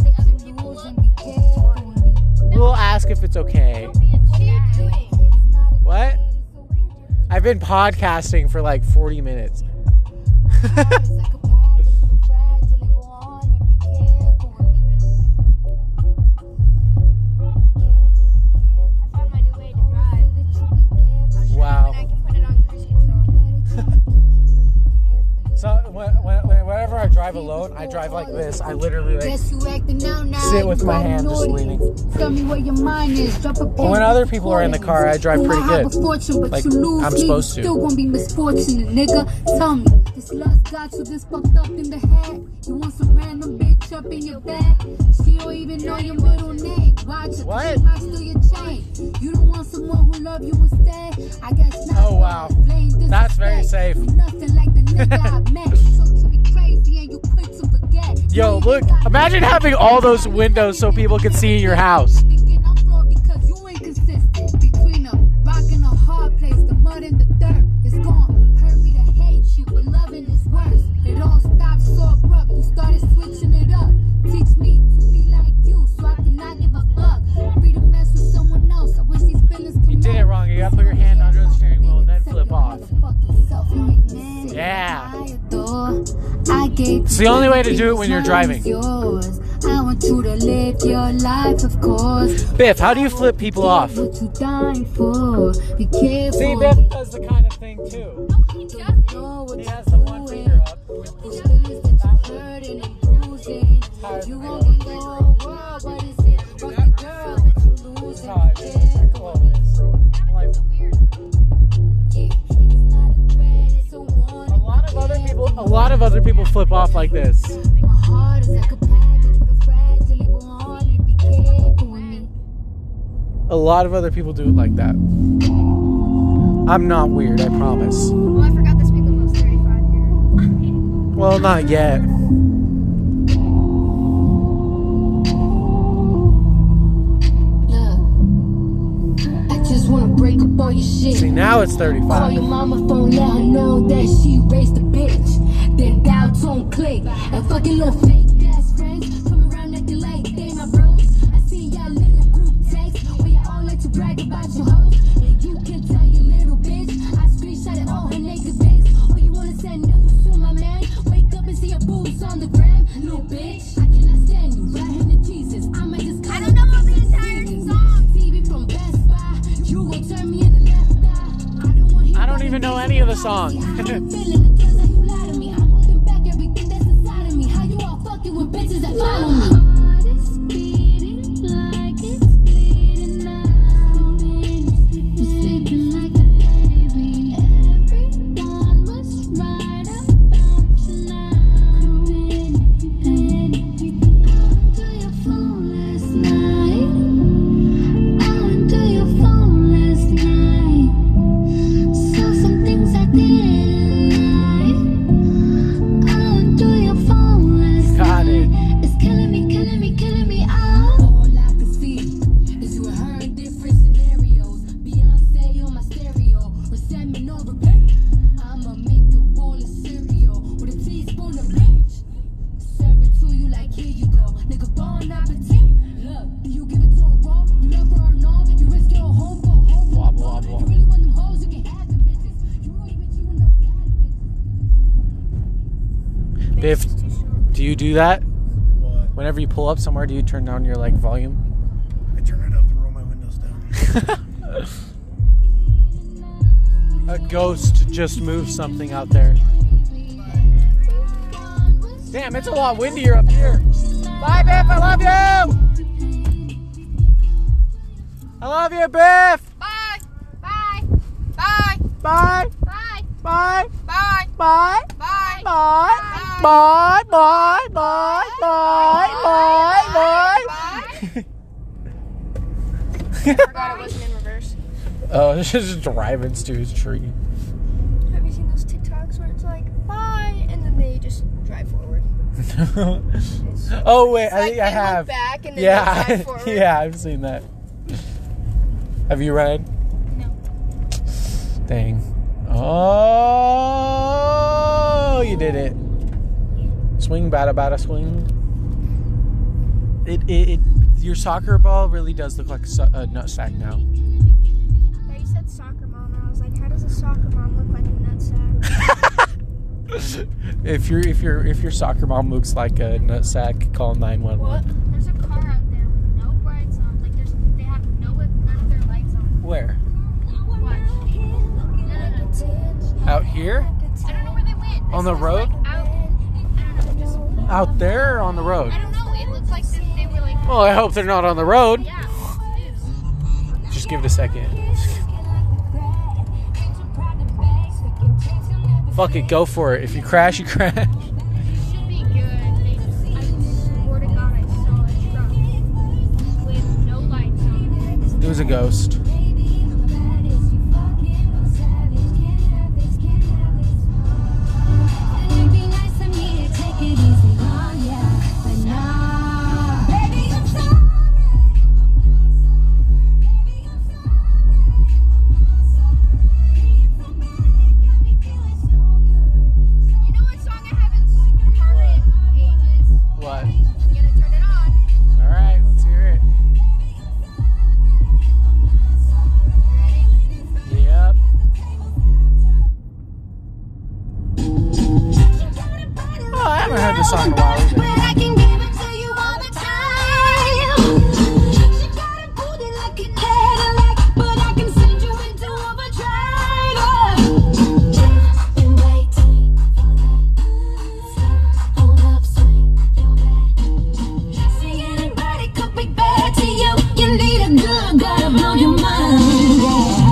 S10: that other people look
S7: We'll ask if it's okay.
S10: What are you doing?
S7: What? I've been podcasting for like 40 minutes.
S10: I found my new way to drive.
S7: Wow.
S10: I can put it on cruise control.
S7: So when, when, whenever I drive alone, I drive like this. I literally like
S10: Guess you acting out now.
S7: sit with my hand just leaning.
S10: Tell me where your mind is. Drop a
S7: But when other people are in the car, I drive pretty
S10: I have
S7: good.
S10: a fortune, but
S7: Like,
S10: you lose
S7: I'm
S10: me.
S7: supposed to.
S10: Still gonna be misfortunate, nigga. Tell me, this lust got you this fucked up in the head. You want some random bitch up in your bed? She don't even know your middle name. Watch it.
S7: What?
S10: She might steal your chain. You don't want someone who love you instead. I guess not.
S7: Oh, wow.
S10: Blame
S7: That's very
S10: disrespect.
S7: safe.
S10: You Nothing like the nigga I met. So to be crazy and you quick to forget.
S7: Yo, look, imagine having all those windows so people could see your house.
S10: Thinking I'm flawed because you ain't consistent. Between a rock and a hard place, the mud and the dirt is gone. Hurt me to hate you, but love I gave
S7: It's the only way to do it when you're driving.
S10: yours. I want you to live your life, of course.
S7: Biff, how do you flip people off?
S10: What you dying for? Be careful.
S5: See, Biff does the kind of thing too.
S10: Know what
S5: He has the one finger up.
S10: you feel is that you're hurting and bruising. You won't get the whole world, but it's it for the girl that you're
S5: That's
S10: losing.
S5: how I feel. I'm like,
S10: Yeah, it's not a threat, it's a warning.
S5: A lot of other people, a lot of other people flip off like this.
S10: My heart is like a package with a fragile one. Be careful with me.
S7: A lot of other people do it like that. I'm not weird, I promise.
S2: Well, Oh, I forgot this became almost 35 here.
S7: Well, not yet.
S10: Look, I just wanna break up all your
S7: See,
S10: shit.
S7: now it's
S10: Call
S7: 35.
S10: your mama phone, let her know that she raised a bitch. Then dial tone click and fucking little fake ass friends come around acting like they my bros. I see y'all little group text where y'all all like to brag about your hoes. And you can tell your little bitch I screenshotted all her naked pics. Or you wanna send news to my man? Wake up and see your boobs on the gram, little bitch. I cannot stand you, right hand to Jesus. I might just I don't know all the entire song. TV from Best Buy, you will turn me in the left eye. I don't want
S7: I don't even know any of the songs.
S10: Saw some things I didn't like. Oh, do your phone last
S7: Got it.
S10: night. It's killing me, killing me, killing me. Oh. All I can see is you heard different scenarios. Beyonce on my stereo, or salmon on repeat. I'ma make a bowl of cereal with a teaspoon of bleach. Serve it to you like here you go, nigga. Bon appetit. Look, do you give it to her raw? You love her or no? You risk your home for a home.
S7: Wobble, wobble,
S10: You
S7: wobble.
S10: really want them hoes? You can have them bitches. You really bitch, you want them bad bitches.
S7: Biff, do you do that? Whenever you pull up somewhere, do you turn down your like volume?
S3: I turn it up and roll my windows down.
S7: A ghost just moved something out there. Damn, it's a lot windier up here. Bye, Biff. I love you. I love you, Biff.
S2: Bye! Bye! Bye!
S7: Bye.
S2: Bye!
S7: Bye.
S2: Bye!
S7: Bye.
S2: Bye!
S7: Bye. Bye. Bye. Bye. Bye. Bye.
S2: Bye! I forgot it wasn't in reverse.
S7: Oh, this is just driving to his tree.
S2: Have you seen those TikToks where it's like, bye, and then they just drive forward?
S7: oh wait,
S2: Like,
S7: I think I
S2: they look
S7: have.
S2: back and then
S7: yeah,
S2: they drive forward.
S7: yeah, I've seen that. Have you read?
S2: No.
S7: Dang. Oh, you did it. Swing, bada, bada, swing. It, it, it your soccer ball really does look like a su- a nut sack now.
S2: There you said soccer mom, and I was like, how does a soccer mom look like a nutsack?
S7: If your if your if your soccer mom looks like a nut sack, call nine one one.
S6: There's a car out there with no brights on. Like there's, they have no none of their lights on.
S7: Where?
S6: Watch. No, no, no.
S7: Out
S6: I
S7: here?
S6: don't know where they went.
S7: On the
S6: This was,
S7: road?
S6: Like, out, I don't know. Just,
S7: Out there or on the road?
S6: I don't know. It looks like this, they were like,
S7: Well, I hope they're not on the road.
S6: yeah. dude.
S7: Just give it a second. Fuck it, go for it. If you crash, you crash.
S6: It should be good. I swear to God, I saw a truck with no lights on.
S7: It was a ghost.
S2: You know what song I haven't heard in ages?
S7: What?
S2: I'm gonna turn it on.
S7: All right, let's hear it.
S5: Oh, haven't heard this song in a while either.
S10: But I can give it to you all the time. She got a booty like a Cadillac, but I can send you into overdrive. Just been waiting for that. Hold up, swing your back. See anybody could be bad to you. You need a good girl to blow your mind. Yeah.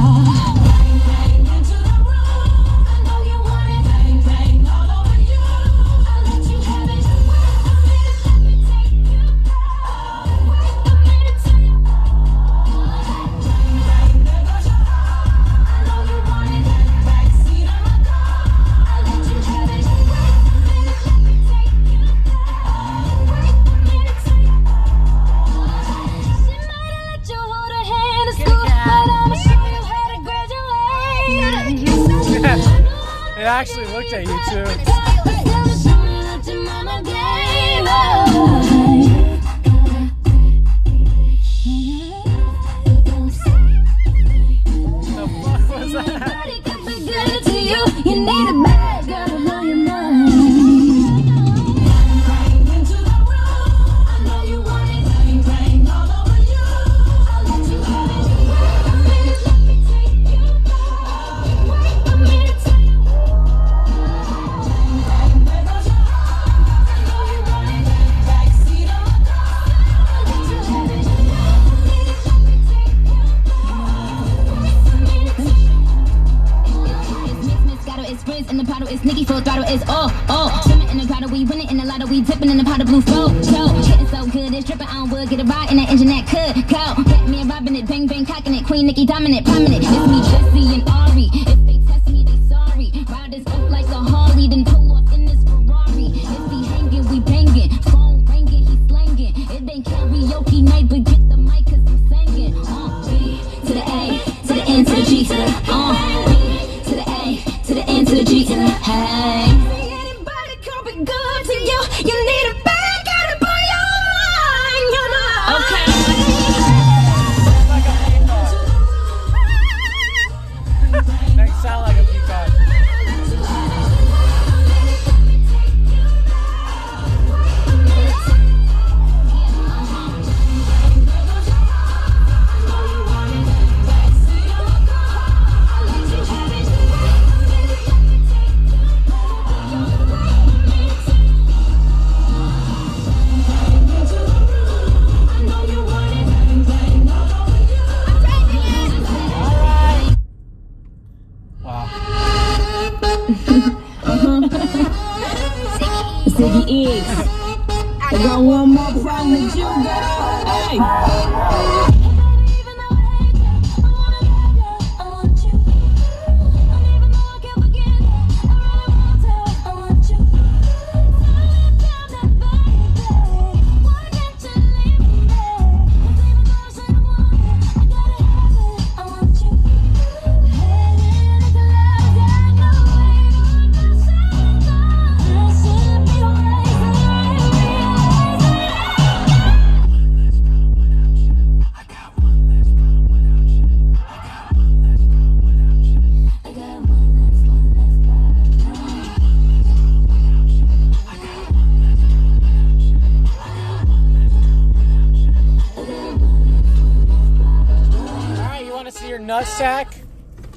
S10: Bang, bang, into the room. I know you want it. Bang, bang, all over you. I'll let you have it. Wait a minute, let me take you out. Wait a minute, take you out. Bang, bang, there goes your heart. I know you want it. Backseat of my car. I'll let you have it. Wait a minute, let me take you out. Wait a minute, take you out. She might have let you hold her hand in school, but I'ma show you how to graduate.
S7: It actually looked at you too.
S10: You need a bad girl to blow your mind. Bang, bang into the room. I know you want it. Bang, bang all over you. I'll let you have it. Wait a minute, let me take you out. Wait a minute, take you out. Bang, bang, there goes your heart. I know you want it. Backseat of my car. I'll let you have it. Wait a minute, let me take you out. Wait a minute, take you out. It's mix, mix, gato, it's frizz in the bottle, it's Nicky full throttle, it's oh, oh. Trimming in the grotto, we winning in the lotto, we dipping in the pot of blue flow, flow. Getting so good, it's dripping on wood, get a ride in that engine that could go. Batman robbing it, bang bang cocking it, Queen Nikki dominant, prominent. It's me, Jesse and Ari. If they test me, they sorry. Riders up like a Harley, then pull off in this Ferrari. If he hanging, we banging. Phone ringing, he slanging. It ain't karaoke night, but get the mic 'cause I'm singing. Uh, B to the A, to the N, to the G, to the uh, B to the A, to the N, to the G, to the hey. Anybody can be good to you. You need a bag, gotta buy your mind, your mind.
S7: Make it sound like a peacock. Wow.
S10: Ziggy is. I got one more problem than you got. Hey.
S7: All right, you want to see your nutsack?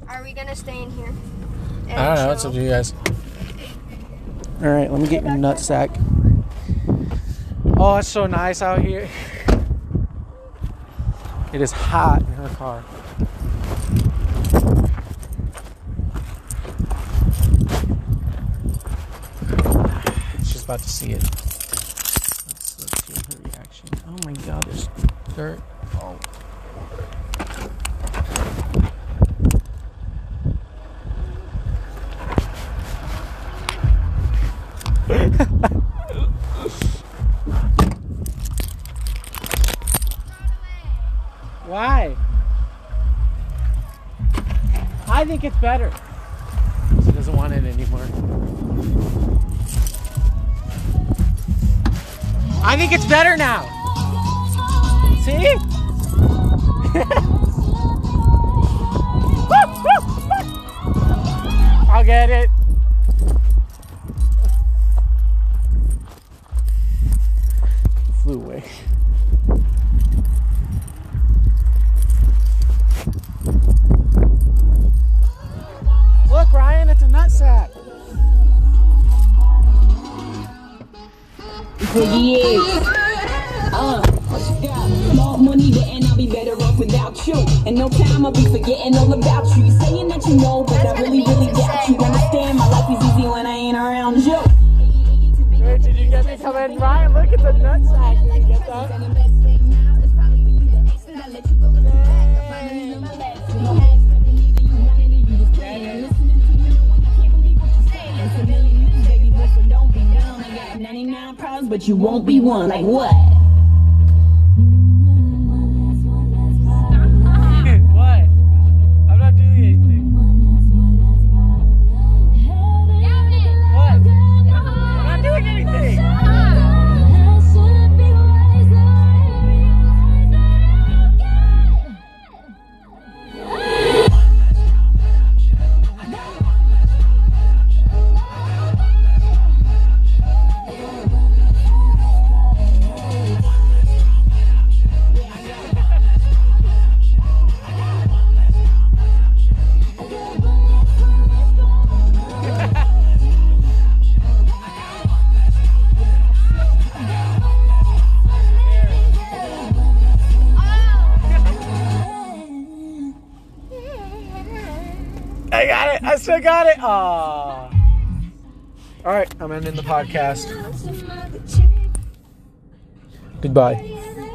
S2: Are we gonna stay in here? And
S7: I don't know. It's
S2: chill?
S7: up to you guys. All right, let me get your nutsack. Oh, it's so nice out here. It is hot in her car. She's about to see it. Let's, let's see her reaction. Oh my God, there's dirt. Why? I think it's better. She doesn't want it anymore. I think it's better now. See? I'll get it.
S12: 48. Uh, got more money than I'll be better off without you. In no time, I'll be forgetting all about you. You saying that you know, but I really, really doubt you. Understand my life is easy when I ain't around you.
S7: Wait, did you get me coming? Ryan, look at the nutsack. Did you get that?
S12: But you won't be one. Like what?
S7: what? I'm not doing anything. What? I'm not doing anything. I got it. I still got it. Aw. All right, I'm ending the podcast. Goodbye.